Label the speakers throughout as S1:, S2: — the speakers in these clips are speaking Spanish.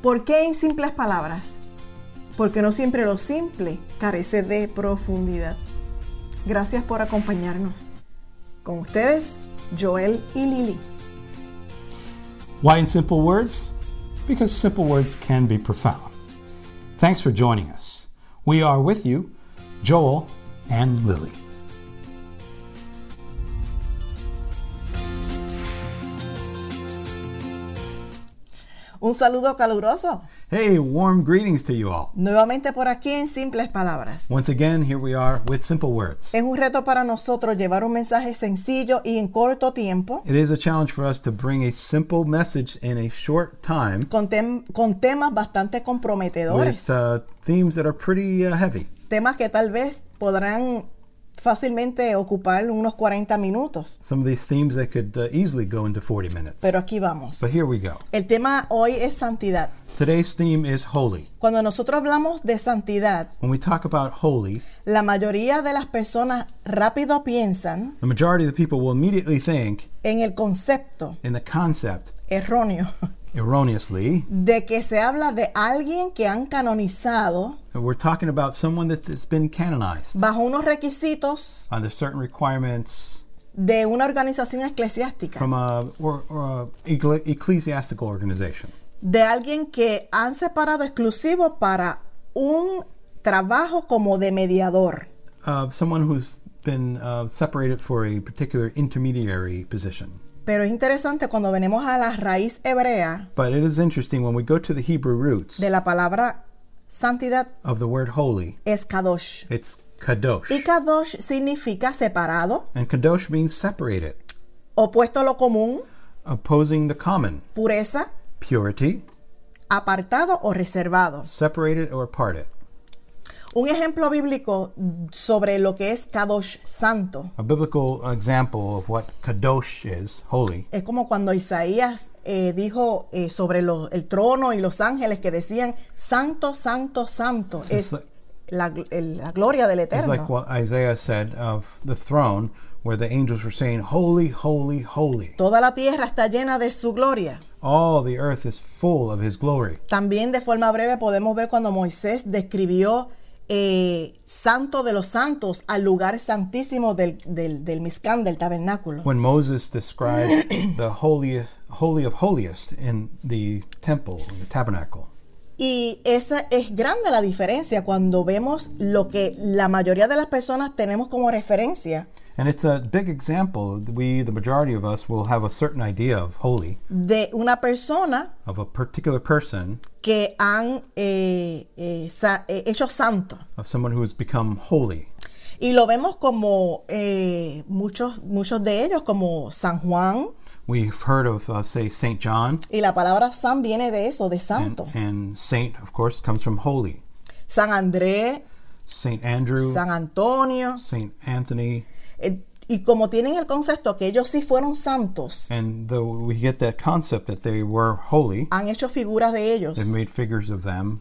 S1: ¿Por qué en simples palabras? Porque no siempre lo simple carece de profundidad. Gracias por acompañarnos. Con ustedes, Joel y Lili.
S2: Why in simple words? Because simple words can be profound. Thanks for joining us. We are with you, Joel and Lily.
S1: Un saludo caluroso.
S2: Hey, warm greetings to you all.
S1: Nuevamente por aquí en simples palabras.
S2: Once again, here we are with simple words.
S1: Es un reto para nosotros llevar un mensaje sencillo y en corto tiempo
S2: It is a challenge for us to bring a simple message in a short time
S1: con, tem- con temas bastante
S2: with
S1: comprometedores.
S2: uh, themes that are pretty uh, heavy.
S1: temas que tal vez podrán fácilmente ocupar unos 40 minutos.
S2: Some of these themes that could uh, easily go into 40 minutes.
S1: Pero aquí vamos.
S2: But here we go.
S1: El tema hoy es santidad.
S2: Today's theme is holy.
S1: Cuando nosotros hablamos de santidad,
S2: When we talk about holy,
S1: la mayoría de las personas rápido piensan
S2: the majority of the people will immediately think
S1: en el concepto
S2: in the concept
S1: erróneo
S2: erroneously
S1: de que se habla de alguien que han canonizado
S2: And We're talking about someone that, that's been canonized
S1: bajo unos requisitos
S2: under certain requirements
S1: de una organización eclesiástica,
S2: from a, or, or a ecle- ecclesiastical organization,
S1: de alguien que han separado exclusivo para un trabajo como de mediador.
S2: uh, someone who's been uh, separated for a particular intermediary position.
S1: Pero es interesante cuando venimos a la raíz hebrea
S2: But it is interesting when we go to the Hebrew roots
S1: de la palabra santidad
S2: of the word holy,
S1: es kadosh.
S2: it's kadosh.
S1: Y kadosh significa separado,
S2: And kadosh means separated,
S1: opuesto a lo común,
S2: opposing the common,
S1: pureza,
S2: purity,
S1: apartado o reservado.
S2: separated or parted.
S1: Un ejemplo bíblico sobre lo que es kadosh santo
S2: A biblical example of what kadosh is, holy,
S1: es como cuando Isaías eh, dijo eh, sobre lo- el trono y los ángeles que decían santo, santo, santo. Es
S2: like-
S1: la, gl- el- la gloria del
S2: It's
S1: eterno.
S2: like what Isaiah said of the throne, where the angels were saying, Holy, holy, holy.
S1: Toda la tierra está llena de su gloria.
S2: All the earth is full of his glory.
S1: También de forma breve podemos ver cuando Moisés describió eh, santo de los santos al lugar santísimo del, del, del Mizcán, del tabernáculo.
S2: When Moses described the holy, holy of holiest in the temple, in the tabernacle.
S1: Y esa es grande la diferencia cuando vemos lo que la mayoría de las personas tenemos como referencia
S2: And it's a big example. We, the majority of us, will have a certain idea of holy,
S1: de una persona
S2: of a particular person,
S1: que han eh, eh, sa- eh, hecho santo.
S2: of someone who has become holy.
S1: Y lo vemos como eh, muchos, muchos de ellos, como San Juan,
S2: We've heard of, uh, say, St. John,
S1: y la palabra san viene de eso, de santo.
S2: and Saint, of course, comes from holy.
S1: San Andrés,
S2: St. Andrew,
S1: San Antonio,
S2: St. Anthony,
S1: eh, y como tienen el concepto que ellos sí fueron santos,
S2: and though we get that concept that they were holy,
S1: han hecho figuras de ellos.
S2: they made figures of them,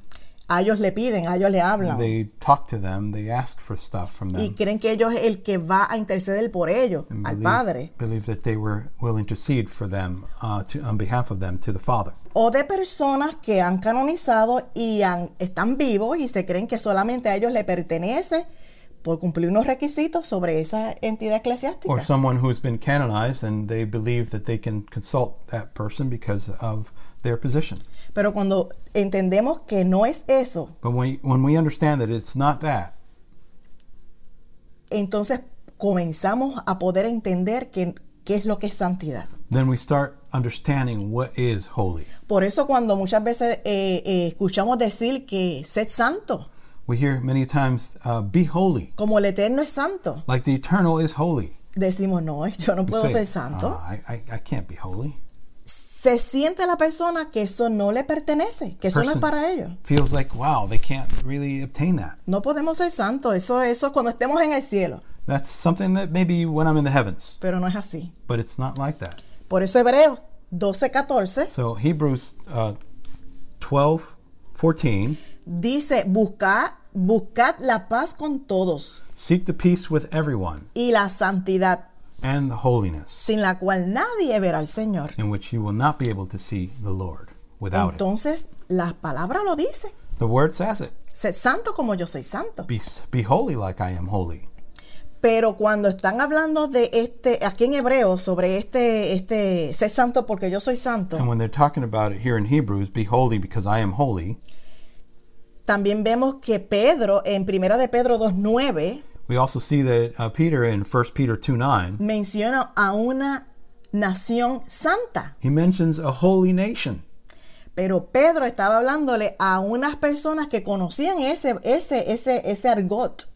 S1: A ellos le piden, a ellos le hablan.
S2: they talked to them, they asked for stuff from
S1: Y
S2: them,
S1: creen que ellos es el que va a interceder por ellos,
S2: and
S1: al
S2: believe-
S1: Padre.
S2: believe that they were will intercede for them uh, to, on behalf of them to the Father.
S1: O de personas que han canonizado y han- están vivos y se creen que solamente a ellos le pertenece por cumplir unos requisitos sobre esa entidad eclesiástica.
S2: Or someone who's been canonized and they believe that they can consult that person because of their position.
S1: Pero cuando entendemos que no es eso,
S2: But when, when we understand that it's not that,
S1: entonces comenzamos a poder entender que- qué es lo que es santidad.
S2: then we start understanding what is holy.
S1: Por eso cuando muchas veces eh, eh, escuchamos decir que sed santo,
S2: We hear many times, uh, be holy,
S1: como el Eterno es santo,
S2: like the eternal is holy.
S1: decimos, no, yo no
S2: We
S1: puedo
S2: say,
S1: ser santo.
S2: "Ah, I, I, I can't be holy.
S1: Se siente la persona que eso no le pertenece, que eso no es
S2: Person.
S1: para ellos.
S2: Feels like, wow, they can't really obtain that.
S1: No podemos ser santos, eso, eso es cuando estemos en el cielo,
S2: That's something that maybe when I'm in the heavens,
S1: pero no es así.
S2: but it's not like that.
S1: Por eso Hebreos 12:14
S2: So Hebrews uh, 12, 14,
S1: dice, buscad, buscad la paz con todos
S2: seek the peace with everyone
S1: y la santidad,
S2: and the holiness
S1: sin la cual nadie verá al Señor.
S2: in which you will not be able to see the Lord without it.
S1: Entonces, La palabra lo dice.
S2: The word says it.
S1: Sed santo como yo soy santo.
S2: Be, be holy like I am holy.
S1: Pero cuando están hablando de este, aquí en hebreo, sobre este, este, sé santo porque yo soy
S2: And
S1: santo,
S2: when they're talking about it here in Hebrews, be holy because I am holy,
S1: también vemos que Pedro, en primera de Pedro 2.9,
S2: we also see that uh, Peter in 1 Peter 2 9,
S1: menciona a una nación santa.
S2: he mentions a holy nation.
S1: Pero Pedro estaba hablándole a unas personas que conocían ese, ese, ese, ese argot.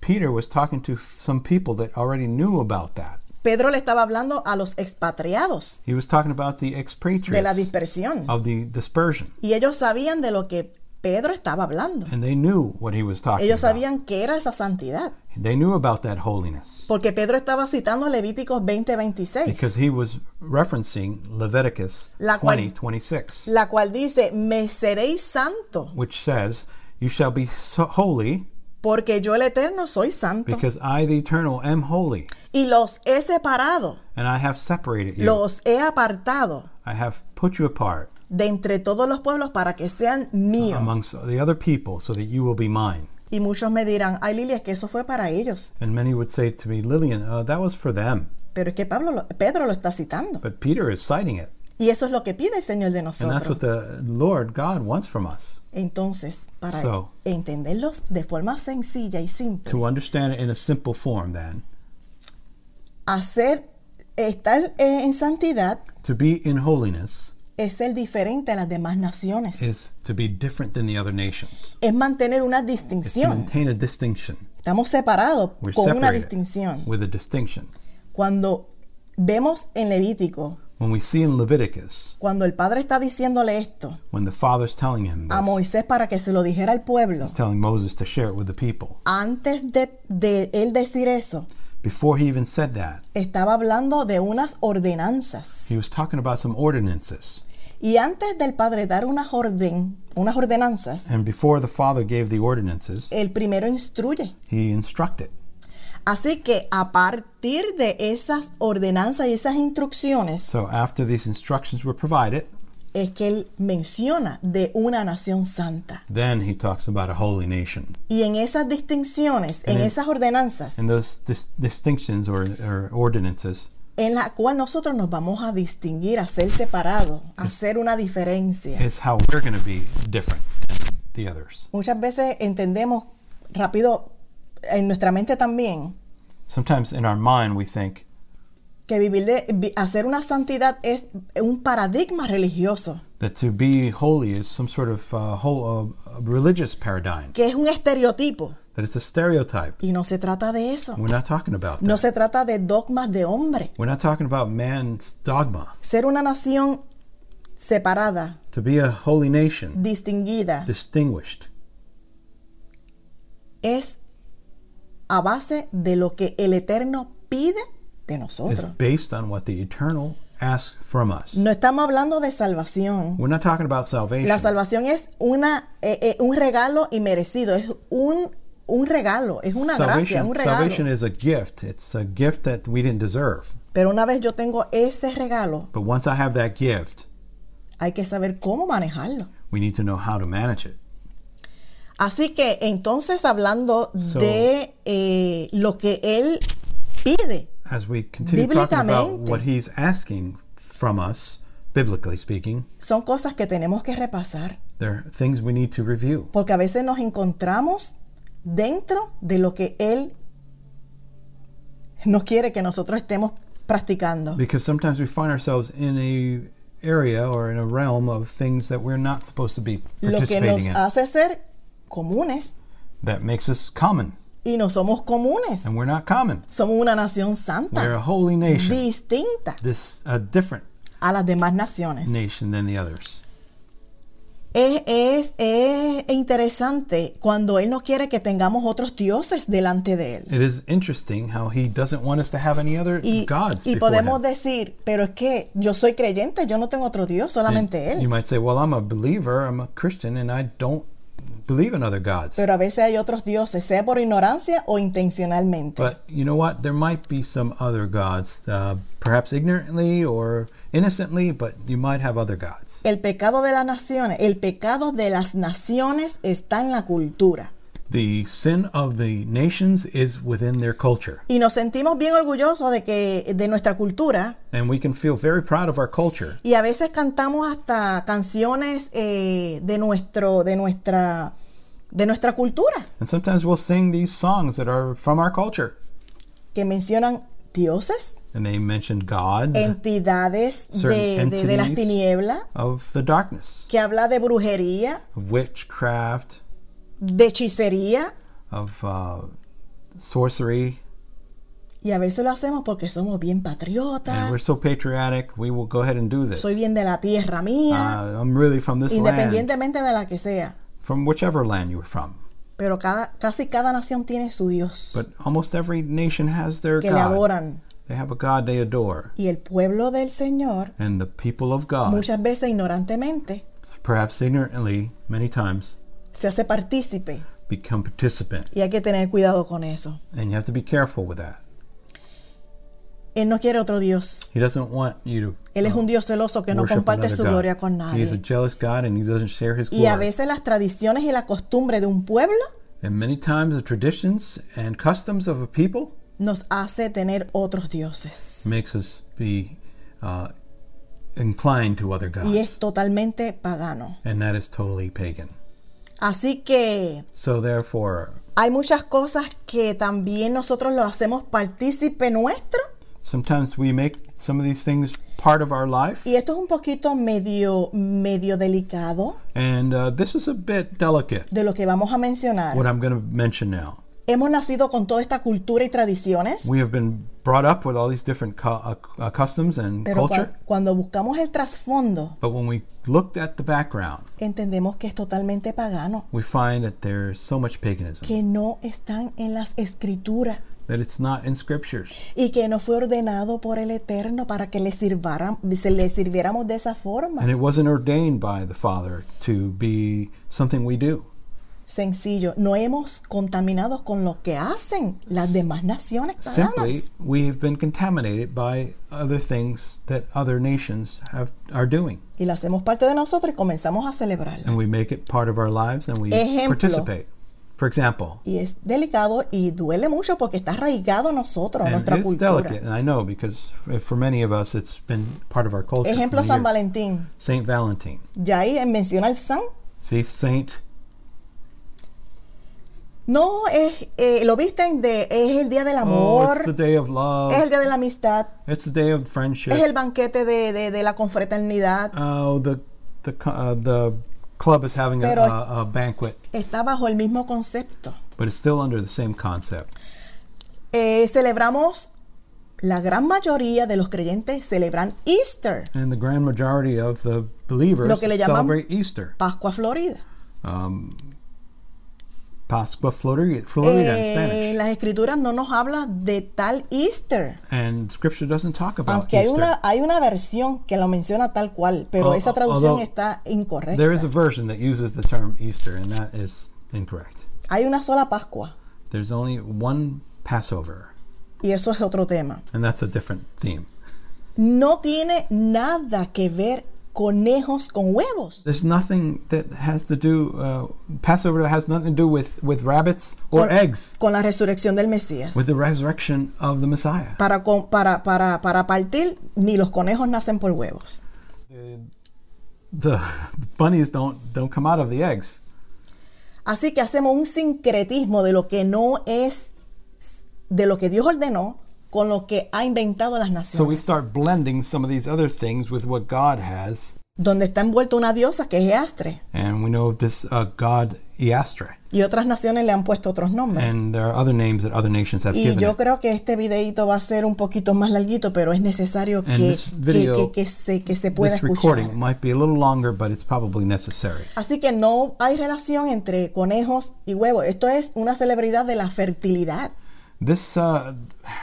S2: Peter was talking to some people that already knew about that.
S1: Pedro le estaba hablando a los expatriados
S2: He was talking about the
S1: de la
S2: expatriates
S1: dispersión.
S2: of the dispersion,
S1: Y ellos sabían de lo que Pedro estaba hablando.
S2: and they knew what he was talking
S1: Ellos
S2: about.
S1: sabían que era esa santidad.
S2: They knew about that holiness
S1: Porque Pedro estaba citando Levíticos 20, 26.
S2: because he was referencing Leviticus
S1: La cual-
S2: 20 26,
S1: la cual dice, me seréis santo,
S2: which says, You shall be so holy
S1: porque yo el Eterno soy santo.
S2: because I, the eternal, am holy,
S1: y los he separado,
S2: and I have separated you.
S1: los he apartado
S2: I have put you apart
S1: de entre todos los pueblos para que sean míos.
S2: amongst the other people so that you will be mine.
S1: y muchos me dirán, ay Lilia, es que eso fue para ellos.
S2: And many would say to me, Lillian, uh, that was for them.
S1: Pero es que Pablo, lo- Pedro lo está citando.
S2: But Peter is citing it.
S1: Y eso es lo que pide el Señor de
S2: And that's
S1: nosotros.
S2: what the Lord God wants from us
S1: Entonces, para
S2: So.
S1: entenderlos de forma sencilla y simple,
S2: to understand it in a simple form, then.
S1: hacer, estar eh, en santidad
S2: To be in holiness
S1: es ser diferente a las demás naciones.
S2: is to be different than the other nations,
S1: es mantener una
S2: it's to
S1: distinción.
S2: maintain a distinction.
S1: Estamos separados
S2: We're
S1: con una
S2: separated
S1: distinción.
S2: with a distinction.
S1: Cuando vemos en Levítico,
S2: When we see in Leviticus,
S1: cuando el padre está diciéndole esto
S2: when the Father's telling him
S1: a
S2: this,
S1: Moisés para que se lo dijera al pueblo,
S2: he's telling Moses to share it with the people.
S1: antes de, de él decir eso,
S2: Before he even said that,
S1: estaba hablando de unas ordenanzas.
S2: he was talking about some ordinances.
S1: Y antes del padre dar unas, orden, unas ordenanzas,
S2: And before the Father gave the ordinances,
S1: el primero instruye.
S2: he instructed.
S1: Así que a partir de esas ordenanzas y esas instrucciones
S2: So after these instructions were provided,
S1: es que él menciona de una nación santa.
S2: then he talks about a holy nation.
S1: Y en esas distinciones, en
S2: En-
S1: esas ordenanzas,
S2: And those dis- distinctions or, or ordinances
S1: en la cual nosotros nos vamos a distinguir, a ser separados, a hacer una diferencia.
S2: is how we're going to be different than the others.
S1: Muchas veces entendemos rápido en nuestra mente también
S2: Sometimes in our mind we think
S1: que vivir de, vi- hacer una santidad es un paradigma religioso,
S2: that to be holy is some sort of uh, whole, uh, religious paradigm,
S1: que es un estereotipo.
S2: that it's a stereotype.
S1: Y no se trata de eso.
S2: We're not talking about that.
S1: No se trata de dogmas de hombre.
S2: We're not talking about man's dogma.
S1: Ser una nación separada,
S2: To be a holy nation,
S1: distinguida,
S2: distinguished,
S1: es a base de lo que el Eterno pide de
S2: is
S1: nosotros.
S2: based on what the eternal asks from us.
S1: No estamos hablando de salvación.
S2: We're not talking about salvation.
S1: La salvación es una, eh, eh, un regalo inmerecido, es un, un regalo, es una gracia,
S2: salvation,
S1: un
S2: salvation
S1: regalo.
S2: is a gift. It's a gift that we didn't deserve.
S1: Pero una vez yo tengo ese regalo,
S2: But once I have that gift,
S1: hay que saber cómo manejarlo.
S2: we need to know how to manage it.
S1: Así que entonces hablando
S2: So-
S1: de eh, lo que Él pide,
S2: As we continue talking about
S1: Bíblicamente.
S2: what he's asking from us, biblically speaking,
S1: son cosas que tenemos que repasar.
S2: there are things we need to review
S1: Porque a veces nos encontramos dentro de lo que Él no quiere que nosotros estemos practicando.
S2: because sometimes we find ourselves in a area or in a realm of things that we're not supposed to be
S1: Lo que
S2: participating
S1: nos
S2: in.
S1: hace ser comunes.
S2: That makes us common,
S1: Y no somos comunes.
S2: and we're not common.
S1: Somos una nación
S2: We're a
S1: santa,
S2: holy nation,
S1: distinta
S2: this a different
S1: a las demás naciones.
S2: nation than the others.
S1: Es, es- es interesante cuando Él no quiere que tengamos otros dioses delante de Él.
S2: It is interesting how he doesn't want us to have any other
S1: Y,
S2: gods
S1: y
S2: before
S1: podemos
S2: him.
S1: decir, pero es que yo soy creyente, yo no tengo otro Dios, solamente Él.
S2: You might say, "Well, I'm a believer. I'm a Christian, and I don't believe in other gods."
S1: Pero a veces hay otros dioses, sea por ignorancia o intencionalmente.
S2: But you know what? There might be some other gods, uh, perhaps ignorantly or innocently, but you might have other gods.
S1: El pecado de las naciones, el pecado de las naciones está en la cultura.
S2: The sin of the nations is within their culture.
S1: Y nos sentimos bien orgullosos de que de nuestra cultura
S2: And we can feel very proud of our culture.
S1: y a veces cantamos hasta canciones eh, de nuestro de nuestra de nuestra cultura
S2: And sometimes we'll sing these songs that are from our culture.
S1: que mencionan dioses,
S2: And they mention gods
S1: entidades de,
S2: Certain
S1: de- de las
S2: entities.
S1: tinieblas,
S2: of the darkness,
S1: que habla de brujería,
S2: of witchcraft,
S1: de hechicería
S2: of uh, sorcery.
S1: y a veces lo hacemos porque somos bien
S2: And
S1: patriotas.
S2: we're so patriotic, we will go ahead and do this.
S1: Soy bien de la tierra mía,
S2: Uh, I'm really from this land,
S1: independientemente de la que sea.
S2: from whichever land you were from.
S1: Pero cada, casi cada nación tiene su Dios
S2: But almost every nation has their
S1: que le
S2: god.
S1: adoran.
S2: They have a god they adore.
S1: Y el pueblo del Señor,
S2: And the people of God,
S1: muchas veces ignorantemente,
S2: perhaps ignorantly, many times,
S1: se hace partícipe.
S2: become participant.
S1: Y hay que tener cuidado con eso.
S2: And you have to be careful with that.
S1: Él no quiere otro Dios.
S2: He doesn't want you to uh,
S1: Él es un Dios celoso que no
S2: worship
S1: comparte
S2: another
S1: su
S2: god.
S1: gloria con
S2: He is a
S1: nadie.
S2: jealous God and he doesn't share his
S1: Y a
S2: glory.
S1: veces las tradiciones y la costumbre de un pueblo
S2: And many times the traditions and customs of a people
S1: nos hace tener otros dioses.
S2: makes us be uh, inclined to other gods.
S1: Y es totalmente pagano.
S2: And that is totally pagan.
S1: Así que
S2: So therefore,
S1: hay muchas cosas que también nosotros lo hacemos partícipe nuestro.
S2: sometimes we make some of these things part of our life.
S1: Y esto es un poquito medio, medio delicado
S2: And uh, this is a bit delicate,
S1: de lo que vamos a mencionar.
S2: what I'm going to mention now.
S1: Hemos nacido con toda esta cultura y tradiciones,
S2: We have been brought up with all these different cu- uh, uh, customs and
S1: pero cua-
S2: culture.
S1: cuando buscamos el trasfondo,
S2: But when we looked at the background,
S1: entendemos que es totalmente pagano,
S2: we find that there's so much paganism,
S1: que no están en las escrituras
S2: that it's not in scriptures,
S1: y que no fue ordenado por el Eterno para que le, sirvaran- se le sirviéramos de esa forma.
S2: and it wasn't ordained by the Father to be something we do.
S1: Sencillo, no hemos contaminados con lo que hacen las demás naciones paganas.
S2: Simply, we have been contaminated by other things that other nations have are doing,
S1: y la hacemos parte de nosotros y comenzamos a celebrarla.
S2: and we make it part of our lives and we
S1: Ejemplo.
S2: participate. For example,
S1: Y es delicado y duele mucho porque está arraigado a nosotros, a
S2: and
S1: nuestra
S2: it's
S1: cultura.
S2: delicate, and I know because f- for many of us, it's been part of our culture. for
S1: Ejemplo,
S2: many
S1: San
S2: years.
S1: Valentín.
S2: Saint Valentine.
S1: Ya ahí menciona el San.
S2: See, Saint
S1: No es, eh, lo visten de, es el día del
S2: Oh, it's the
S1: amor,
S2: day of love.
S1: es el día de la amistad,
S2: It's the day of friendship.
S1: es el banquete de, de- de la confraternidad.
S2: oh, the the co- uh, the club is having a,
S1: Pero-
S2: a, a banquet,
S1: Está bajo el mismo concepto.
S2: but it's still under the same concept.
S1: Eh, celebramos, la gran mayoría de los creyentes celebran Easter,
S2: And the grand majority of the believers
S1: Lo que le llaman-
S2: celebrate Easter,
S1: Pascua Florida.
S2: um, Pascua Florida, Florida in
S1: Eh,
S2: Spanish.
S1: las escrituras no nos habla de tal Easter.
S2: And Scripture doesn't talk about
S1: Aunque hay
S2: Easter.
S1: una, hay una versión que lo menciona tal cual, pero
S2: Oh,
S1: esa traducción
S2: although
S1: está
S2: There is
S1: incorrecta.
S2: a version that uses the term Easter, and that is incorrect.
S1: Hay una sola Pascua
S2: There's only one Passover,
S1: y eso es otro tema.
S2: and that's a different theme.
S1: No tiene nada que ver conejos con huevos.
S2: There's nothing that has to do. Uh, Passover has nothing to do with with rabbits or
S1: Con-
S2: eggs.
S1: Con la resurrección del Mesías.
S2: With the resurrection of the Messiah.
S1: Para, con- para, para, para partir, ni los conejos nacen por huevos.
S2: The bunnies don't don't come out of the eggs.
S1: Así que hacemos un sincretismo de lo que no es, de lo que Dios ordenó, con lo que ha inventado las naciones.
S2: So we start blending some of these other things with what God has,
S1: Donde está envuelta una diosa que es Eastre.
S2: and we know this uh, God Iastre,
S1: Y otras naciones le han puesto otros nombres.
S2: and there are other names that other nations have
S1: Y
S2: given.
S1: yo
S2: it.
S1: creo que este videito va a ser un poquito más larguito, pero es necesario que,
S2: And this
S1: que-
S2: video-
S1: que- que se, que se pueda
S2: This
S1: escuchar.
S2: recording might be a little longer, but it's probably necessary.
S1: Así que no hay relación entre conejos y huevos. Esto es una celebridad de la fertilidad.
S2: This uh,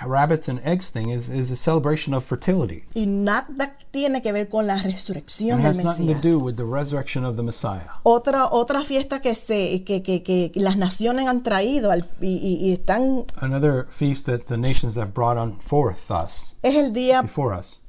S2: rabbits and eggs thing is, is a celebration of fertility.
S1: Y nada tiene que ver con la
S2: It
S1: resurrección del
S2: has nothing to
S1: Mesías.
S2: do with the resurrection of the Messiah.
S1: Otra, otra fiesta que, se, que, que- que las naciones han traído al- y, y- y están
S2: Another feast that the nations have brought on forth us
S1: es el día
S2: before us.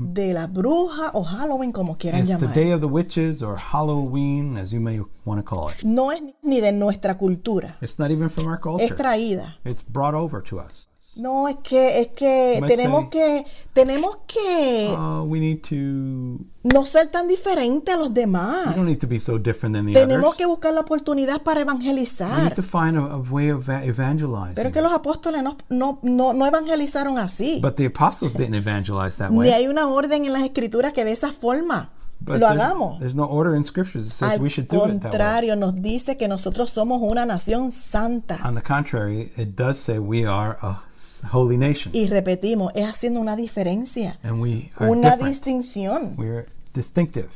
S1: de la bruja o Halloween, como quieran
S2: It's the
S1: llamar.
S2: Day of the Witches or Halloween, as you may want to call it.
S1: No es ni de nuestra cultura,
S2: It's not even from our
S1: es
S2: culture.
S1: traída.
S2: It's brought over to us.
S1: No, es que, es que
S2: Might
S1: tenemos
S2: say-
S1: que, tenemos que
S2: Uh, we need to.
S1: no ser tan diferente a los
S2: We
S1: demás.
S2: don't need to be so different than the
S1: Tenemos que
S2: others.
S1: buscar la oportunidad para
S2: We need
S1: evangelizar.
S2: to find a, a way of va-
S1: Pero es
S2: evangelizing.
S1: que los apóstoles no, no, no, no evangelizaron así.
S2: But the apostles didn't evangelize that
S1: Ni
S2: way.
S1: hay una orden en las escrituras que de esa forma
S2: But
S1: lo
S2: there's,
S1: hagamos.
S2: there's no order in scriptures that says we
S1: Al
S2: should do it that way.
S1: contrario, nos dice que nosotros somos una nación santa.
S2: On the contrary, it does say we are a s- holy nation,
S1: Y repetimos, es haciendo una diferencia,
S2: and we are
S1: una
S2: different.
S1: distinción.
S2: We're distinctive.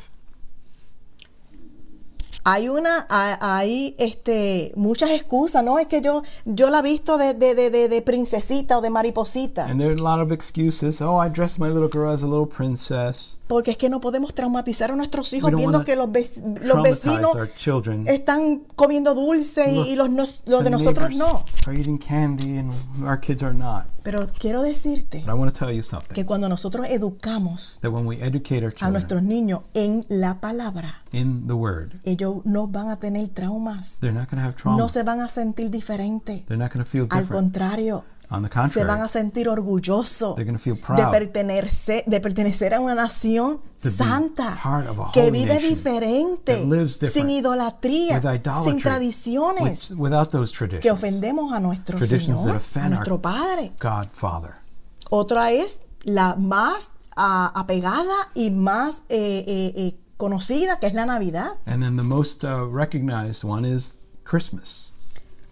S1: Hay una, hay, hay, este, muchas excusas, ¿no? Es que yo, yo la he visto de, de, de, de- de princesita o de mariposita.
S2: And there are a lot of excuses. Oh, I dressed my little girl as a little princess.
S1: Porque es que no podemos traumatizar a nuestros hijos
S2: We don't
S1: viendo
S2: wanna
S1: que los, vec- los
S2: Traumatize
S1: vecinos
S2: our children.
S1: están comiendo dulce y, y los, nos- los de
S2: The
S1: nosotros
S2: neighbors
S1: no.
S2: Are eating candy and our kids are not.
S1: Pero quiero decirte
S2: But I want to tell you something.
S1: que cuando nosotros educamos
S2: That when we educate our
S1: a
S2: children
S1: nuestros niños en la palabra,
S2: in the Word,
S1: ellos no van a tener traumas,
S2: they're not going to have trauma.
S1: no se van a sentir diferentes.
S2: They're not going to feel
S1: Al
S2: different.
S1: contrario,
S2: On the
S1: se
S2: contrary,
S1: van a sentir orgullosos
S2: they're going to feel
S1: de
S2: proud.
S1: pertenecer, de pertenecer a una nación
S2: be
S1: santa
S2: part of a
S1: que
S2: holy
S1: vive
S2: nation
S1: diferente,
S2: that lives different,
S1: sin idolatría,
S2: with idolatry,
S1: sin tradiciones,
S2: with- without those
S1: que
S2: traditions.
S1: ofendemos a nuestro
S2: Traditions that
S1: Señor,
S2: offend
S1: a
S2: our-
S1: nuestro Padre.
S2: God, Father.
S1: Otra es la más ah, apegada y más eh, eh, eh, conocida, que es la Navidad.
S2: And then the most uh, recognized one is Christmas.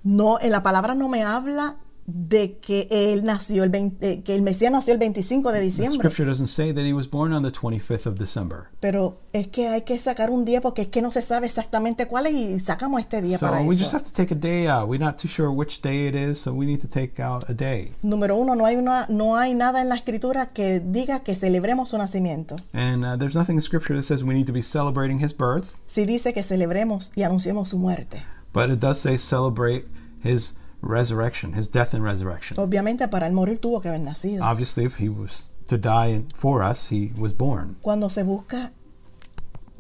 S1: No, en la palabra no me habla de que él nació el 20 eh, que el Mesías nació el 25 de
S2: The
S1: diciembre,
S2: scripture doesn't say that he was born on the 25th of December.
S1: pero es que hay que sacar un día porque es que no se sabe exactamente cuál es y sacamos este día
S2: So
S1: para
S2: we just
S1: eso.
S2: have to take a day out. We're not too sure which day it is, so we need to take out a day.
S1: Número uno, no hay una, no hay nada en la escritura que diga que celebremos su nacimiento.
S2: And uh, there's nothing in scripture that says we need to be celebrating his birth,
S1: Sí dice que celebremos y anunciemos su muerte.
S2: but it does say celebrate his resurrection, his death and resurrection.
S1: Obviamente para él morir tuvo que haber nacido.
S2: Obviously, if he was to die in- for us, he was born.
S1: cuando se busca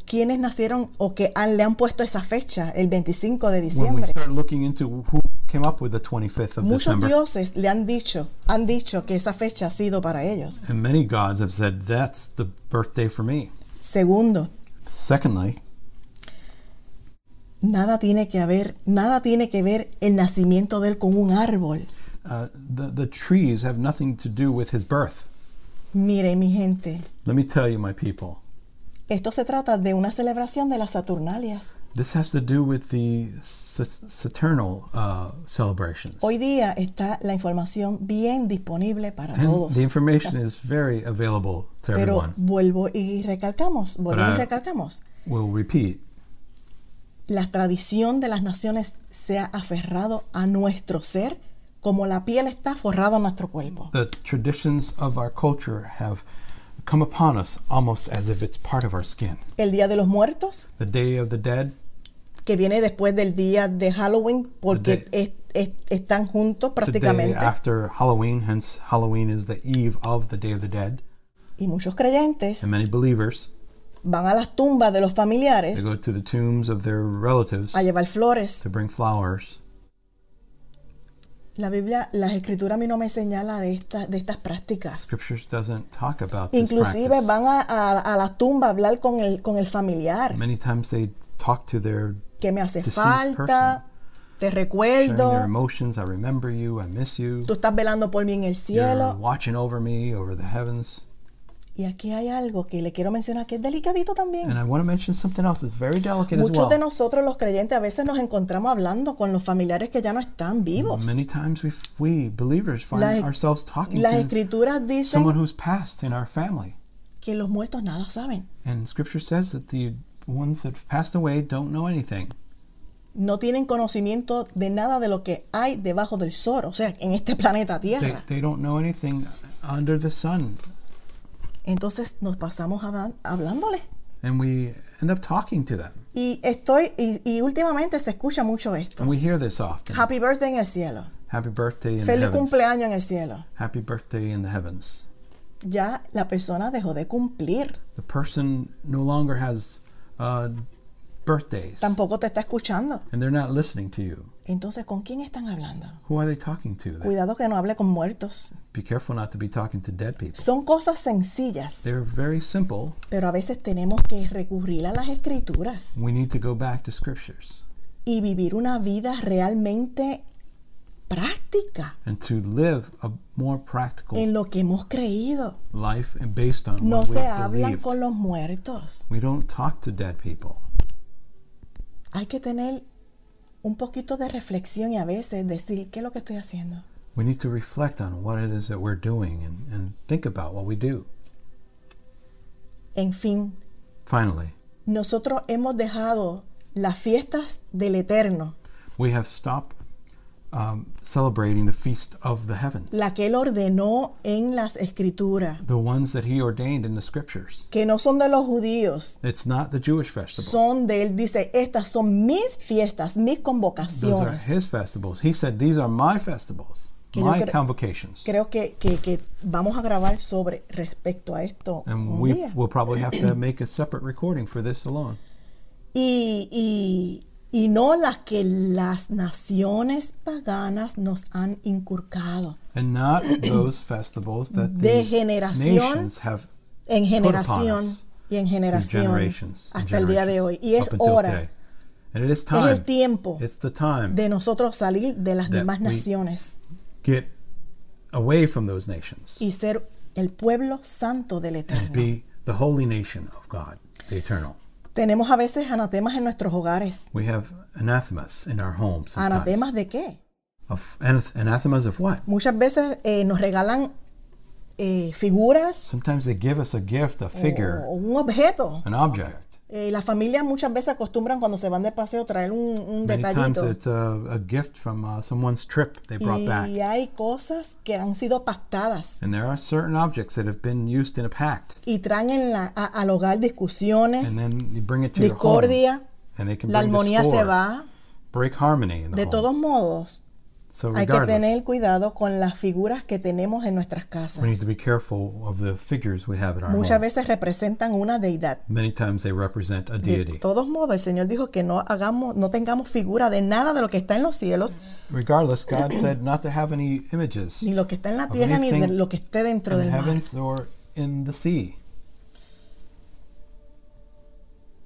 S1: quienes nacieron o que han- le han puesto esa fecha, el 25 de
S2: When we
S1: diciembre.
S2: start looking into who came up with the 25th of
S1: Muchos
S2: December,
S1: dioses le han dicho, han dicho que esa fecha ha sido para ellos.
S2: and many gods have said that's the birthday for me.
S1: Segundo,
S2: Secondly,
S1: nada tiene que haber, nada tiene que ver el nacimiento de él con un árbol.
S2: uh, the, the trees have nothing to do with his birth.
S1: Mire, mi gente,
S2: Let me tell you, my people,
S1: esto se trata de una celebración de las Saturnalias.
S2: this has to do with the s- Saturnal uh, celebrations.
S1: Hoy día está la información bien disponible para
S2: And
S1: todos.
S2: the information is very available to
S1: Pero
S2: everyone.
S1: vuelvo y recalcamos, vuelvo y
S2: I-
S1: recalcamos.
S2: We'll repeat.
S1: la tradición de las naciones se ha aferrado a nuestro ser como la piel está forrada a nuestro cuerpo.
S2: The traditions of our culture have come upon us almost as if it's part of our skin.
S1: El Día de los Muertos,
S2: The Day of the Dead,
S1: que viene después del día de Halloween, porque es- es- están juntos
S2: the day
S1: prácticamente.
S2: after Halloween, hence Halloween is the eve of the Day of the Dead.
S1: Y muchos creyentes
S2: And many believers,
S1: van a las tumbas de los
S2: they
S1: familiares
S2: go to the tombs of their relatives
S1: a llevar flores.
S2: to bring flowers.
S1: La Biblia, las escrituras a mí no me señala de, esta- de estas prácticas.
S2: Scriptures doesn't talk about this
S1: Inclusive
S2: practice.
S1: van a, a, a la tumba a hablar con el, con el familiar.
S2: Many times they talk to their
S1: que me hace
S2: Deceased
S1: falta? Te
S2: sharing their
S1: recuerdo.
S2: emotions. I remember you. I miss you.
S1: Tú estás velando por mí en el
S2: You're
S1: cielo.
S2: watching over me, over the heavens.
S1: Y aquí hay algo que le quiero mencionar que es delicadito también.
S2: And I want to mention something else. It's very delicate as
S1: Muchos de
S2: well.
S1: nosotros los creyentes a veces nos encontramos hablando con los familiares que ya no están vivos.
S2: Many times we, we believers find
S1: Las-
S2: ourselves talking
S1: Las
S2: to
S1: escrituras
S2: someone
S1: dicen
S2: who's passed in our family.
S1: que los muertos nada saben.
S2: And scripture says that the ones that have passed away don't know anything.
S1: No tienen conocimiento de nada de lo que hay debajo del sol, o sea, en este planeta
S2: They,
S1: Tierra.
S2: they don't know anything under the sun.
S1: Entonces nos pasamos hablan- hablándoles.
S2: And we end up talking to them.
S1: Y estoy, y, y últimamente se escucha mucho esto.
S2: And we hear this often.
S1: Happy birthday en el cielo.
S2: Happy birthday in the
S1: Feliz
S2: heavens.
S1: cumpleaños en el cielo.
S2: Happy birthday in the heavens.
S1: ya la persona dejó de cumplir.
S2: The person no longer has uh, birthdays,
S1: Tampoco te está escuchando.
S2: and they're not listening to you.
S1: Entonces, ¿con quién están hablando?
S2: Who are they talking to? They-
S1: Cuidado que no hable con muertos.
S2: Be careful not to be talking to dead people.
S1: Son cosas sencillas,
S2: They're very simple.
S1: pero a veces tenemos que recurrir a las escrituras
S2: We need to go back to scriptures
S1: y vivir una vida realmente práctica
S2: and to live a more practical
S1: en lo que hemos creído.
S2: life and based on
S1: No
S2: what we
S1: se hablan
S2: believed.
S1: con los muertos.
S2: We don't talk to dead people.
S1: Hay que tener un poquito de reflexión y a veces decir qué es lo que estoy haciendo.
S2: We need to reflect on what it is that we're doing and, and think about what we do.
S1: En fin,
S2: Finally,
S1: nosotros hemos dejado las fiestas del Eterno,
S2: we have stopped um, celebrating the feast of the heavens,
S1: la que Él ordenó en las Escrituras,
S2: the ones that He ordained in the scriptures.
S1: que no son de los judíos,
S2: It's not the Jewish festivals.
S1: son de Él. Dice, estas son mis fiestas, mis
S2: Those are
S1: convocaciones.
S2: his festivals. He said, These are my festivals,
S1: Que yo
S2: my
S1: cre-
S2: convocations.
S1: Creo que, que- que vamos a grabar sobre respecto a esto
S2: And
S1: un
S2: we
S1: día.
S2: will probably have to make a separate recording for this alone.
S1: Y, y- y no las que las naciones paganas nos han inculcado
S2: And not those festivals that
S1: De
S2: the
S1: generación
S2: nations have
S1: en generación
S2: us
S1: y en
S2: through
S1: generación
S2: generations. and
S1: hasta el día de hoy.
S2: generations,
S1: Y es
S2: up until
S1: hora.
S2: today. And it is
S1: Es
S2: time.
S1: el tiempo
S2: It's the time.
S1: de nosotros salir de las
S2: That
S1: demás
S2: we-
S1: naciones
S2: Get away from those nations.
S1: y ser el pueblo santo del Eterno.
S2: Be the holy nation of God, the eternal.
S1: Tenemos a veces anatemas en nuestros hogares.
S2: We have anathemas in our homes. sometimes.
S1: ¿Anatemas de qué?
S2: Of anath- anathemas of what?
S1: Muchas veces eh, nos regalan eh, figuras
S2: Sometimes they give us a gift, a figure,
S1: o un objeto.
S2: an object.
S1: Eh, las familias muchas veces acostumbran cuando se van de paseo traer un, un
S2: Many times
S1: detallito.
S2: it's a, a gift from uh, someone's trip they brought back.
S1: Y hay cosas que han sido pactadas
S2: And there are certain objects that have been used in a pact.
S1: y traen en la- a- al hogar discusiones,
S2: And then you bring it to your home.
S1: discordia,
S2: And they can
S1: la
S2: bring
S1: armonía se
S2: discord,
S1: va.
S2: break harmony in the
S1: De
S2: home.
S1: todos modos,
S2: so
S1: hay que
S2: regardless,
S1: tener cuidado con las figuras que tenemos en nuestras
S2: we need to
S1: casas.
S2: be careful of the figures we have in our
S1: Muchas
S2: home.
S1: veces representan una deidad.
S2: Many times they represent a
S1: De
S2: deity.
S1: todos modos, el Señor dijo que no hagamos, no tengamos figura de nada de lo que está en los cielos,
S2: Mm. Regardless, God said not to have any images
S1: ni
S2: in
S1: lo que está en la
S2: Of
S1: tierra, ni de
S2: anything
S1: lo que esté dentro
S2: the
S1: del mar.
S2: heavens or in the sea.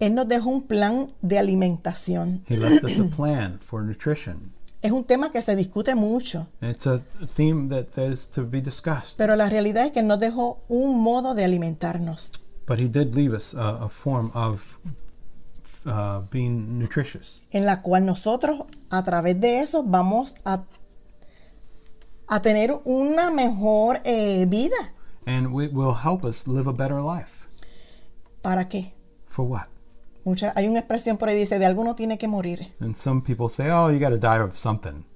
S1: Él nos dejó un plan de alimentación.
S2: He left us a plan for nutrition.
S1: Es un tema que se discute mucho,
S2: And it's a theme that, that is to be discussed.
S1: pero la realidad es que Él nos dejó un modo de alimentarnos.
S2: But he did leave us a, a form of uh, being nutritious,
S1: en la cual nosotros a través de eso vamos a, a tener una mejor eh, vida.
S2: and it will help us live a better life.
S1: ¿Para qué?
S2: For what?
S1: Mucha, hay una expresión por ahí dice, de alguno tiene que morir,
S2: And some people say, "Oh, you got to die of something,"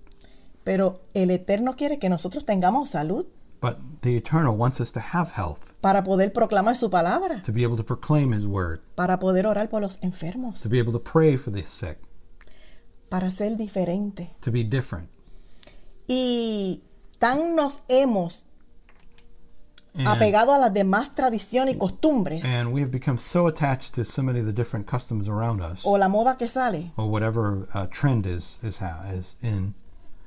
S1: pero el Eterno quiere que nosotros tengamos salud
S2: but the Eternal wants us to have health,
S1: para poder proclamar su palabra,
S2: to be able to proclaim His word,
S1: para poder orar por los
S2: to
S1: enfermos,
S2: be able to pray for the sick,
S1: para ser diferente.
S2: to be different.
S1: Y tan nos hemos
S2: And,
S1: apegado a las demás tradiciones y costumbres
S2: and we have become so attached to so many of the different customs around us,
S1: o la moda que sale,
S2: or whatever uh, trend is is ha- is in,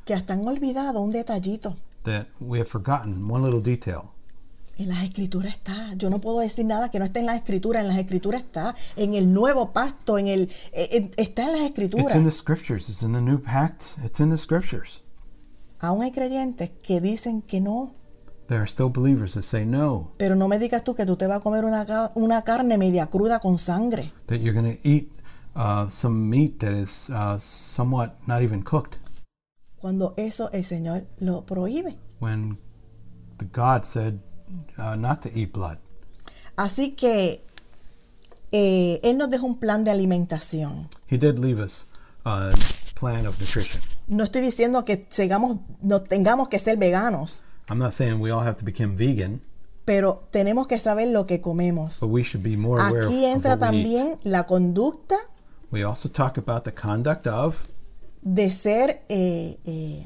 S1: que hasta han olvidado un detallito.
S2: that we have forgotten one little detail.
S1: En las escrituras está. Yo no puedo decir nada que no esté en las escrituras. En las escrituras está. En el nuevo pacto, en el eh, eh, está en las
S2: It's
S1: escrituras.
S2: in the scriptures. It's in the new pact. It's in the scriptures.
S1: Aún hay creyentes que dicen que no.
S2: There are still believers that say no,
S1: Pero no me digas tú que tú te vas a comer una, ca- una carne media cruda con sangre.
S2: that you're going to eat uh, some meat that is uh, somewhat not even cooked,
S1: Cuando eso el Señor lo prohíbe.
S2: when the God said uh, not to eat blood.
S1: Así que eh, Él nos deja un plan de alimentación.
S2: He did leave us a plan of nutrition.
S1: No estoy diciendo que sigamos, no tengamos que ser veganos,
S2: I'm not saying we all have to become vegan,
S1: pero tenemos que saber lo que comemos.
S2: but we should be more aware of
S1: Aquí entra
S2: what we eat.
S1: también la conducta
S2: We also talk about the conduct of
S1: de ser eh, eh,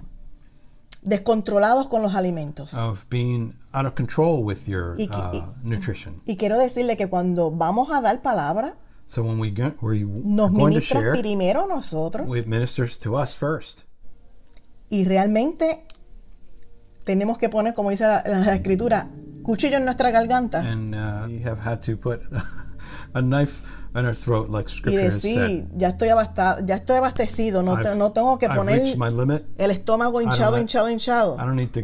S1: descontrolados con los alimentos.
S2: of being out of control with your
S1: Y que- y-
S2: uh, nutrition.
S1: Y quiero decirle que cuando vamos a dar palabra,
S2: So when we go, we're
S1: nos
S2: going to
S1: ministra
S2: share,
S1: primero nosotros
S2: it ministers to us first.
S1: y realmente tenemos que poner, como dice la, la escritura, cuchillo en nuestra garganta
S2: And uh, we have had to put a knife in our throat, like
S1: y
S2: Scripture has said.
S1: decir, ya estoy abastado, ya estoy abastecido, no, te-
S2: I've-
S1: no tengo que
S2: I've
S1: poner
S2: reached my limit.
S1: el estómago hinchado,
S2: let-
S1: hinchado, hinchado.
S2: I don't need to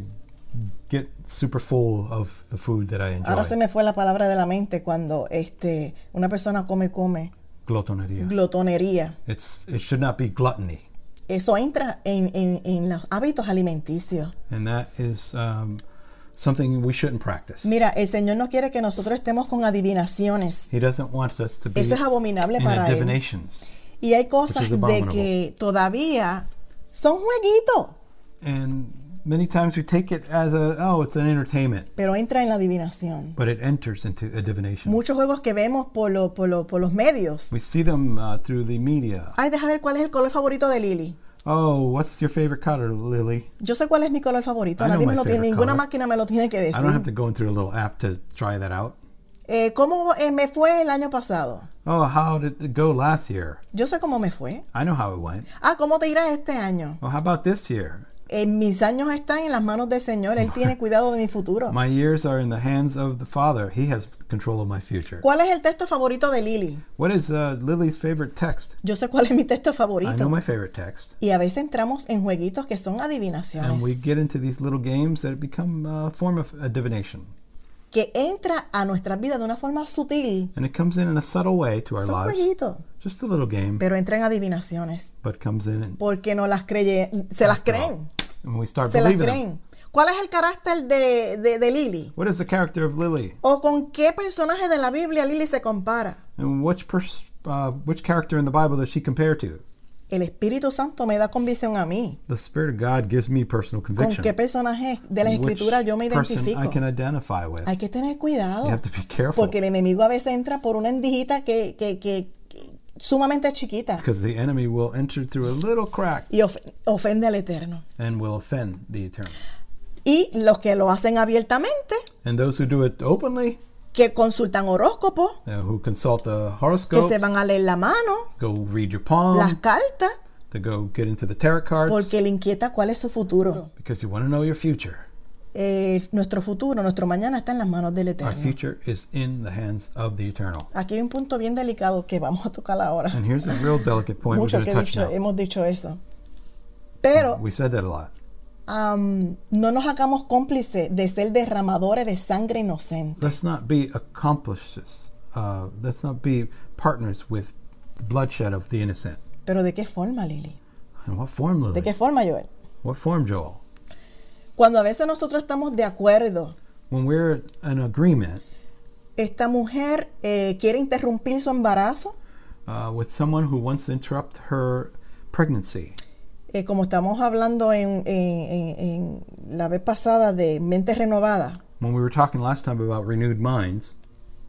S2: get super full of the food that I enjoy.
S1: Ahora se me fue la palabra de la mente cuando este una persona come, come,
S2: Glotoneria.
S1: glotonería.
S2: it's it should not be gluttony,
S1: Eso entra en, en- en los hábitos alimenticios.
S2: and that is um, something we shouldn't practice.
S1: Mira, el Señor no quiere que nosotros estemos con adivinaciones.
S2: He doesn't want us to be
S1: Eso es abominable
S2: in
S1: para Él.
S2: divinations.
S1: Y hay cosas
S2: Which is
S1: de
S2: abominable.
S1: Pues que todavía son jueguitos,
S2: And many times we take it as a oh, it's an entertainment,
S1: pero entra en la adivinación.
S2: but it enters into a divination.
S1: Muchos juegos que vemos por, lo- por, lo- por los medios.
S2: we see them uh, through the media.
S1: Ay, deja ver cuál es el color favorito de Lily.
S2: Oh, what's your favorite color, Lily?
S1: Yo sé cuál es mi color favorito.
S2: I know
S1: Nadie me Ah,
S2: my
S1: lo tiene-
S2: favorite
S1: ninguna
S2: color.
S1: máquina me lo tiene que
S2: I don't have
S1: decir.
S2: to go into a little app to try that out.
S1: Eh, ¿Cómo eh, me fue el año pasado?
S2: Oh, how did it go last year?
S1: Yo sé cómo me fue.
S2: I know how it went.
S1: Ah, ¿cómo te irá este año?
S2: Well, how about this year?
S1: Eh, mis años están en las manos del Señor. Él tiene cuidado de mi futuro.
S2: My years are in the hands of the Father. He has control of my future.
S1: ¿Cuál es el texto favorito de Lily?
S2: What is uh, Lily's favorite text?
S1: Yo sé cuál es mi texto
S2: I know
S1: favorito.
S2: my favorite text.
S1: Y a veces entramos en jueguitos que son
S2: And
S1: adivinaciones.
S2: we get into these little games that become a form of a divination.
S1: Que entra a nuestras vidas de una forma sutil.
S2: And it comes in in a subtle way to our
S1: Son
S2: lives.
S1: jueguitos.
S2: Just a little game,
S1: Pero entra en adivinaciones.
S2: but comes in and,
S1: Porque no las creye, se las creen.
S2: and we start
S1: Se las
S2: believing them.
S1: creen. ¿Cuál es el carácter de, de, de Lily?
S2: What is the character of Lily?
S1: ¿O con qué personaje de la Biblia Lily se compara?
S2: And which, pers- uh, which character in the Bible does she compare to?
S1: El Espíritu Santo me da convicción a mí.
S2: The Spirit of God gives me personal
S1: ¿Con
S2: conviction.
S1: qué personaje de la
S2: which
S1: Escritura yo me
S2: person I
S1: identifico?
S2: can identify with.
S1: Hay que tener cuidado.
S2: You have to be careful
S1: Porque el enemigo a veces entra por una endijita que, que, que- que- sumamente chiquita
S2: because the enemy will enter through a little crack
S1: y of- ofende al Eterno.
S2: and will offend the eternal.
S1: Y los que lo hacen abiertamente,
S2: And those who do it openly,
S1: que consultan horóscopos,
S2: uh, who consult the
S1: que
S2: horoscope,
S1: se van a leer la mano,
S2: go read your palm,
S1: las cartas,
S2: to go get into the tarot cards,
S1: porque le inquieta cuál es su futuro.
S2: because you want to know your future.
S1: Eh, nuestro futuro, nuestro mañana está en las manos del
S2: Our
S1: Eterno.
S2: future is in the hands of the eternal.
S1: Aquí hay un punto bien delicado que vamos a tocar ahora.
S2: And here's a real delicate point we're
S1: Mucho
S2: going
S1: que
S2: to
S1: he
S2: touch
S1: dicho-
S2: now.
S1: hemos dicho eso. Pero
S2: We said that a lot.
S1: am, no nos hagamos cómplices de ser derramadores de sangre inocente.
S2: Let's not be accomplices. Uh, let's not be partners with bloodshed of the innocent.
S1: Pero ¿de qué forma, Lili?
S2: In what form,
S1: ¿De
S2: Lily?
S1: qué forma, Joel?
S2: What form, Joel?
S1: Cuando a veces nosotros estamos de acuerdo,
S2: When we're in agreement
S1: esta mujer eh, quiere interrumpir su embarazo,
S2: uh, with someone who wants to interrupt her pregnancy,
S1: eh, como estamos hablando en, en- en- en la vez pasada de mente renovada,
S2: when we were talking last time about renewed minds,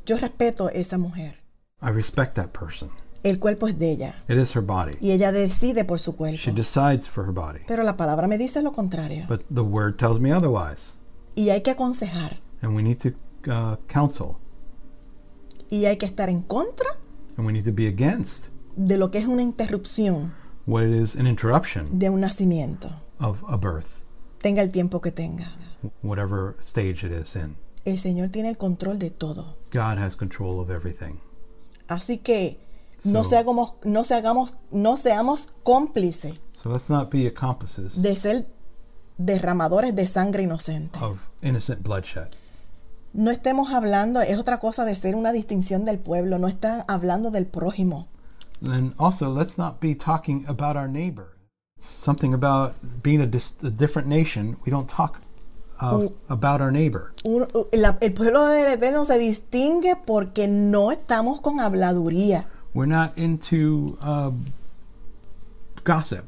S1: yo respeto a esa mujer.
S2: I respect that person.
S1: El cuerpo es de ella
S2: It is her body.
S1: y ella decide por su
S2: She
S1: cuerpo.
S2: decides for her body.
S1: Pero la palabra me dice lo contrario.
S2: But the word tells me otherwise.
S1: Y hay que aconsejar
S2: And we need to uh, counsel.
S1: y hay que estar en contra
S2: And we need to be against
S1: de lo que es una interrupción
S2: what is an interruption
S1: de un nacimiento,
S2: of a birth,
S1: tenga el tiempo que tenga.
S2: whatever stage it is in.
S1: El Señor tiene el control de todo.
S2: God has control of everything.
S1: Así que no,
S2: So-
S1: seamos, no, seamos, no seamos cómplices
S2: So let's not be accomplices
S1: de ser derramadores de sangre inocente.
S2: of innocent bloodshed.
S1: No estemos hablando, es otra cosa de ser una distinción del pueblo, no están hablando del prójimo.
S2: And also, let's not be talking about our neighbor. It's something about being a, dis- a different nation. We don't talk uh, about our neighbor.
S1: Un- la- el pueblo del Eterno se distingue porque no estamos con habladuría.
S2: We're not into uh, gossip.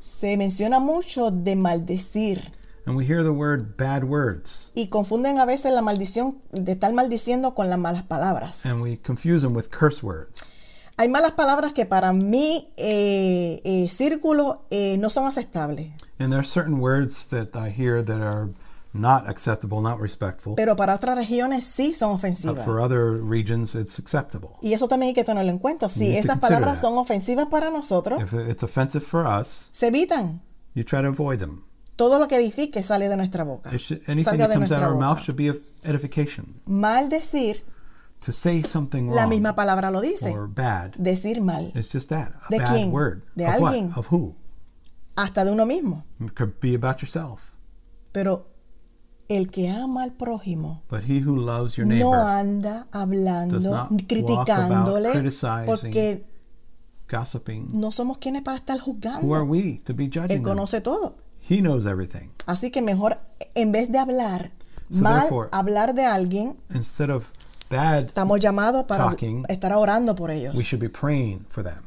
S1: Se menciona mucho de maldecir
S2: And we hear the word bad words,
S1: y confunden a veces la maldición de estar maldiciendo con las malas palabras.
S2: and we confuse them with curse words.
S1: Hay malas palabras que para mi eh, eh, círculo eh, no son aceptables.
S2: And there are certain words that I hear that are not acceptable, not respectful.
S1: pero para otras regiones sí son
S2: But
S1: ofensivas.
S2: for other regions, it's acceptable.
S1: Y eso también hay que tenerlo en cuenta.
S2: You
S1: Si
S2: need to
S1: esas
S2: consider
S1: palabras
S2: that.
S1: son ofensivas para nosotros,
S2: If it's offensive for us,
S1: se evitan.
S2: you try to avoid them.
S1: Todo lo que edifique sale de nuestra boca.
S2: It should, anything
S1: Salga de
S2: that comes out
S1: nuestra
S2: of our mouth
S1: boca.
S2: should be of edification.
S1: Mal decir,
S2: To say something
S1: la
S2: wrong
S1: misma palabra lo dice.
S2: or bad,
S1: Decir mal.
S2: it's just that a
S1: ¿De
S2: bad
S1: quién?
S2: word.
S1: ¿De
S2: of what?
S1: alguien?
S2: Of who?
S1: Hasta de uno mismo.
S2: It could be about yourself.
S1: Pero el que ama al prójimo
S2: But he who loves your neighbor,
S1: no anda
S2: does
S1: hablando,
S2: not walk
S1: criticándole,
S2: about criticizing.
S1: porque
S2: gossiping.
S1: no somos quienes para estar
S2: Who are
S1: juzgando.
S2: we to be
S1: Él
S2: judging them?
S1: conoce todo.
S2: He knows everything.
S1: Así que mejor, en vez de hablar
S2: So
S1: mal,
S2: therefore-
S1: hablar de alguien,
S2: Instead of bad,
S1: estamos llamados para
S2: Talking.
S1: estar orando por ellos.
S2: we should be praying for them.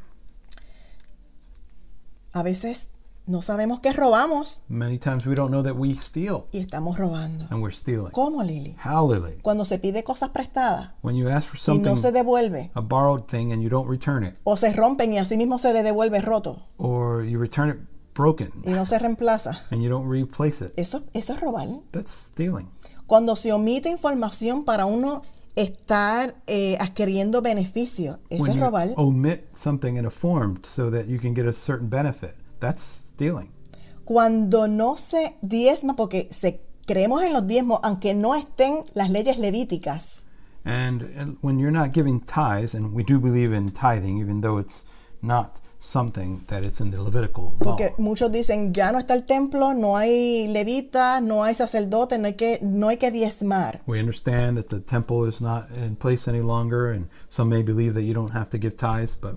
S1: A veces no sabemos que robamos
S2: Many times we don't know that we steal
S1: y estamos robando.
S2: and we're stealing.
S1: ¿Cómo, Lili?
S2: Hallelujah.
S1: Cuando se pide cosas prestadas
S2: When you ask for
S1: y no
S2: something,
S1: se devuelve,
S2: a borrowed thing, and you don't return it,
S1: o se rompen y así mismo se le devuelve roto
S2: or you return it broken
S1: y no se reemplaza.
S2: and you don't replace it,
S1: Eso, eso es robar.
S2: that's stealing.
S1: Cuando se omite información para uno estar eh, adquiriendo beneficio, eso
S2: When
S1: es
S2: you
S1: robar.
S2: omit something in a form so that you can get a certain benefit, that's stealing.
S1: Cuando no se diezma, porque se, creemos en los diezmos, aunque no estén las leyes levíticas,
S2: And, and when you're not giving tithes, and we do believe in tithing, even though it's not something that it's in the Levitical law.
S1: porque muchos dicen, ya no está el templo, no hay levitas, no hay sacerdotes, no hay que, no hay que diezmar.
S2: We understand that the temple is not in place any longer, and some may believe that you don't have to give tithes, but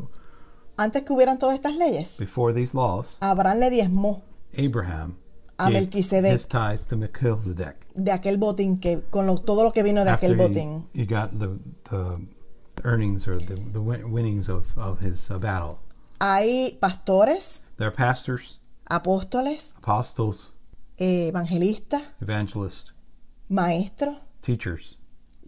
S1: Antes que hubieran todas estas leyes,
S2: before these laws,
S1: Abraham le diezmó
S2: Abraham
S1: A
S2: gave
S1: Melquisedec.
S2: his tithes to Melchizedek.
S1: de aquel botín, que, con lo- todo lo que vino de aquel
S2: after
S1: botín.
S2: He, he got the, the earnings or the, the win- winnings of, of his uh, battle.
S1: Hay pastores,
S2: There are pastors,
S1: apóstoles,
S2: apostles,
S1: eh, evangelistas,
S2: evangelists,
S1: maestros,
S2: teachers,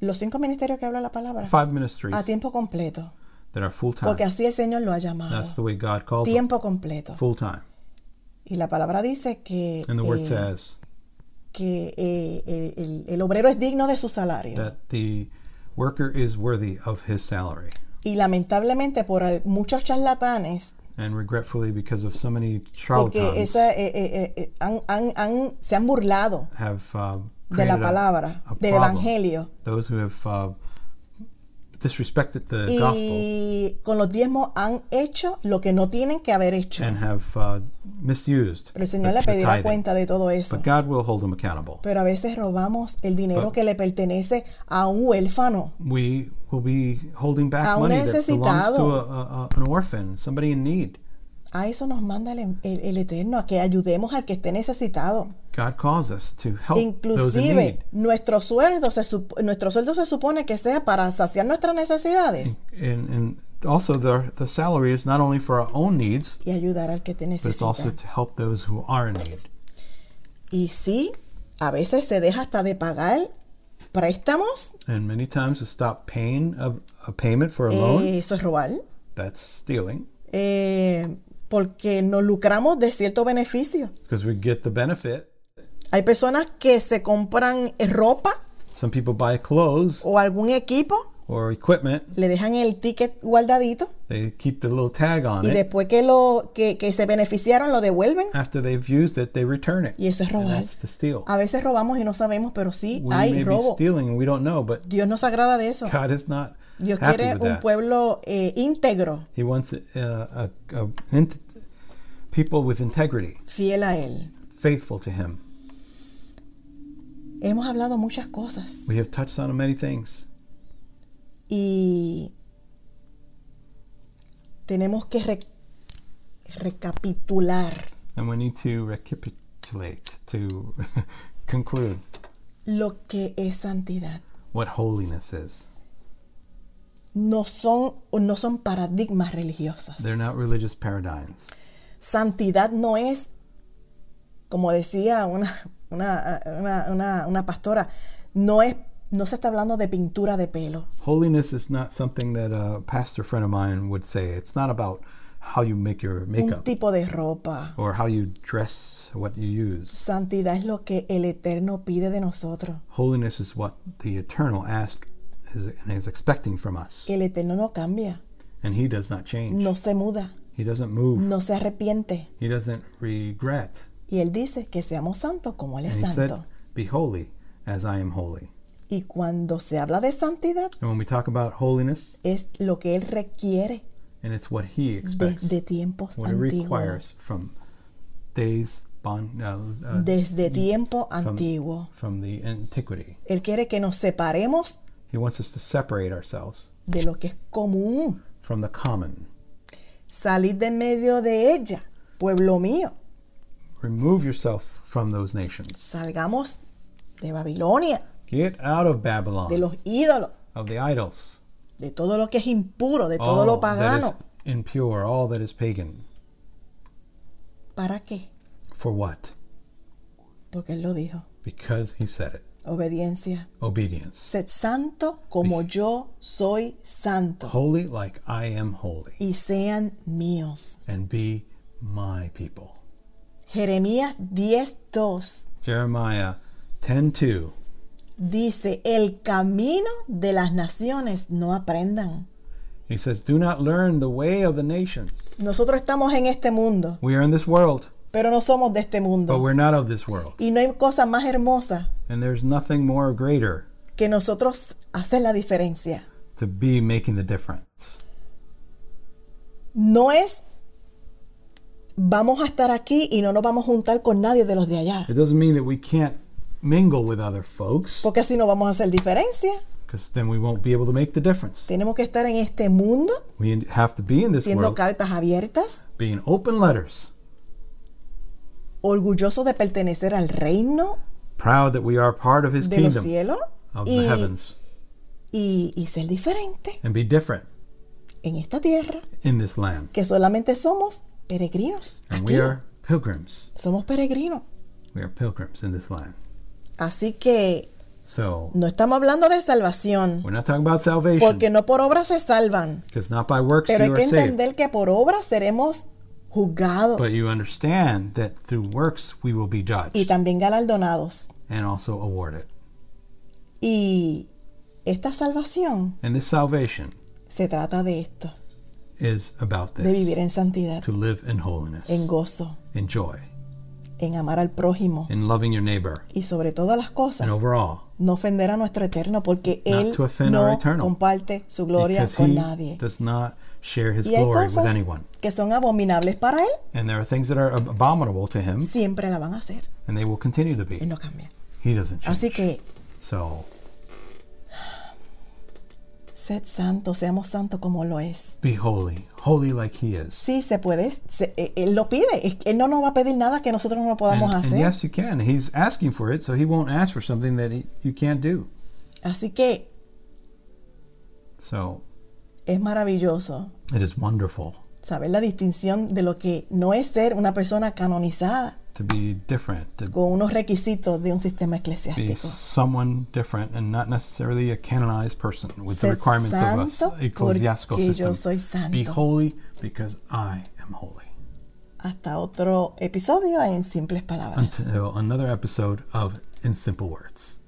S1: los cinco ministerios que habla la palabra,
S2: five ministries
S1: a tiempo completo,
S2: that are full time.
S1: porque así el Señor lo ha
S2: Ah. That's the
S1: llamado.
S2: way God called them.
S1: Tiempo completo.
S2: Full time.
S1: Y la palabra dice que,
S2: And the word
S1: eh,
S2: says
S1: que eh, el, el- el obrero es digno de su salario.
S2: that the worker is worthy of his salary.
S1: y lamentablemente por al- muchos charlatanes,
S2: And regretfully, because of so many charlatans
S1: porque esa, eh, eh, eh, han- han- han- se han burlado
S2: have uh,
S1: de la
S2: created a-
S1: palabra,
S2: a
S1: del
S2: problem.
S1: evangelio.
S2: Those who have uh, disrespected the gospel
S1: Y con los diezmos han hecho lo que no tienen que haber hecho.
S2: and have uh, misused
S1: Pero el
S2: the-
S1: Señor le
S2: the
S1: pedirá
S2: tithing.
S1: cuenta de todo eso.
S2: But God will hold them accountable.
S1: Pero a veces robamos el dinero
S2: But-
S1: que le pertenece a un huérfano.
S2: We will be holding back
S1: A un
S2: money that belongs to a,
S1: necesitado.
S2: a, a- an orphan, somebody in need.
S1: A eso nos manda el, el- el Eterno, a que ayudemos al que esté necesitado.
S2: God calls us to help those in
S1: Inclusive,
S2: need.
S1: nuestro sueldo, se sup- nuestro sueldo se supone que sea para saciar nuestras necesidades
S2: And, and also, the, the salary is not only for our own needs,
S1: y ayudar al que te
S2: but it's also
S1: necesita.
S2: to help those who are in need.
S1: Y sí, a veces se deja hasta de pagar préstamos.
S2: And many times, to stop paying a, a payment for a
S1: eh,
S2: loan,
S1: eso es robar.
S2: that's stealing
S1: eh, porque nos lucramos de cierto beneficio.
S2: because we get the benefit.
S1: Hay personas que se compran eh, ropa
S2: Some people buy clothes
S1: o algún equipo
S2: or equipment,
S1: le dejan el ticket guardadito
S2: they keep the little tag on
S1: y
S2: it.
S1: después que lo que, que se beneficiaron lo devuelven
S2: after they've used it, they return it.
S1: y eso es
S2: And
S1: robar.
S2: that's to steal.
S1: A veces robamos y no sabemos, pero sí
S2: We
S1: hay
S2: may be
S1: robo.
S2: stealing and we don't know, but
S1: Dios nos agrada de eso.
S2: God is not
S1: Dios
S2: happy
S1: quiere
S2: with
S1: un
S2: that.
S1: pueblo eh, íntegro,
S2: He wants uh, a, a int- people with integrity,
S1: fiel a él.
S2: faithful to Him.
S1: Hemos hablado muchas cosas
S2: We have touched on many things.
S1: y tenemos que re- recapitular
S2: And we need to recapitulate, to conclude
S1: lo que es santidad.
S2: what holiness is.
S1: No son, no son paradigmas religiosas.
S2: They're not religious paradigms.
S1: Santidad no es, como decía una, una, una- una- una pastora, no es, no se está hablando de pintura de pelo.
S2: Holiness is not something that a pastor friend of mine would say. It's not about how you make your
S1: un
S2: makeup
S1: tipo de ropa.
S2: or how you dress, what you use.
S1: Santidad es lo que el Eterno pide de nosotros.
S2: Holiness is what the eternal asks is, and is expecting from us.
S1: El Eterno no cambia,
S2: And he does not change.
S1: no se muda,
S2: He doesn't move.
S1: no se arrepiente.
S2: He doesn't regret.
S1: Y Él dice que seamos santos como Él es
S2: And he said,
S1: santo.
S2: Be holy as I am holy.
S1: Y cuando se habla de santidad,
S2: And when we talk about holiness,
S1: es lo que Él requiere
S2: and it's what he expects,
S1: desde tiempos
S2: what it
S1: antiguos.
S2: requires from days, bond, uh, uh,
S1: Desde tiempo antiguo.
S2: from the antiquity.
S1: Él quiere que nos separemos
S2: He wants us to separate ourselves
S1: de lo que es común.
S2: from the common.
S1: Salid de medio de ella, pueblo mío.
S2: Remove yourself from those nations.
S1: Salgamos de Babilonia,
S2: Get out of
S1: de
S2: Babylon,
S1: los ídolos,
S2: of the idols,
S1: de todo lo que es impuro, de todo
S2: all
S1: lo
S2: Oh, that is
S1: pagano.
S2: impure, all that is pagan.
S1: ¿Para qué?
S2: For what?
S1: Porque Él lo dijo.
S2: Because he said it.
S1: Obediencia.
S2: Obedience.
S1: Sed santo como yo soy santo.
S2: Holy like I am holy,
S1: Y sean míos.
S2: and be my people.
S1: Jeremías 10.2
S2: Jeremiah 10:2.
S1: dice, el camino de las naciones no aprendan.
S2: He says, "Do not learn the way of the nations.
S1: Nosotros estamos en este mundo,
S2: We are in this world,
S1: pero no somos de este
S2: but
S1: mundo.
S2: we're not of this world,
S1: Y no hay cosa más hermosa
S2: and there's nothing more greater
S1: que nosotros hacer la diferencia.
S2: to be making the difference.
S1: No es vamos a estar aquí y no nos vamos a juntar con nadie de los de allá,
S2: It doesn't mean that we can't mingle with other folks,
S1: porque así no vamos a hacer diferencia.
S2: because then we won't be able to make the difference.
S1: Tenemos que estar en este mundo
S2: We have to be in this
S1: siendo
S2: world,
S1: cartas abiertas,
S2: being open letters,
S1: orgullosos de pertenecer al reino
S2: proud that we are part of His
S1: de los
S2: kingdom,
S1: cielos
S2: of the
S1: y,
S2: heavens,
S1: y- y ser diferente
S2: and be different
S1: en esta tierra
S2: in this land.
S1: que solamente somos peregrinos.
S2: And
S1: aquí.
S2: we are pilgrims.
S1: Somos peregrinos.
S2: We are pilgrims in this land.
S1: Así que
S2: So
S1: no estamos hablando de salvación,
S2: we're not talking about salvation
S1: porque no por obras se salvan,
S2: because not by works
S1: pero hay
S2: you are
S1: que
S2: saved. Pues
S1: entender que por obras seremos juzgados
S2: But you understand that through works we will be judged
S1: y también galardonados.
S2: and also awarded.
S1: Y esta salvación
S2: And this salvation
S1: se trata de esto,
S2: is about
S1: de
S2: this
S1: vivir en santidad,
S2: to live in holiness,
S1: en gozo,
S2: in joy,
S1: en amar al prójimo
S2: in loving your neighbor,
S1: y sobre todas las
S2: and
S1: cosas.
S2: overall,
S1: No ofender a nuestro eterno porque
S2: Not
S1: Él
S2: to offend our
S1: no
S2: Eternal,
S1: comparte su gloria
S2: because
S1: con
S2: he
S1: nadie.
S2: does not share his
S1: Y hay
S2: glory with
S1: cosas
S2: anyone.
S1: que son abominables para Él,
S2: And there are things that are ab- abominable to him,
S1: siempre la van a hacer.
S2: and they will continue to be.
S1: Él no cambia.
S2: He doesn't
S1: Así
S2: change.
S1: que
S2: So
S1: Sed santo, seamos santos como lo es.
S2: be holy, holy like he is.
S1: Sí, se puede. se- eh, él lo pide. Es- Él no nos va a pedir nada que nosotros no lo
S2: And,
S1: podamos
S2: and
S1: hacer.
S2: yes, you can. He's asking for it, so he won't ask for something that he, you can't do.
S1: Así que
S2: So
S1: es maravilloso
S2: it is wonderful
S1: saber la distinción de lo que no es ser una persona canonizada
S2: to be different, to
S1: con unos requisitos de un sistema
S2: be
S1: eclesiástico.
S2: someone different and not necessarily a canonized person with the
S1: Sed
S2: requirements of us
S1: santo
S2: ecclesiastical
S1: porque yo
S2: system.
S1: soy santo.
S2: Be holy because I am holy.
S1: Hasta otro episodio en simples palabras.
S2: Until another episode of In Simple Words.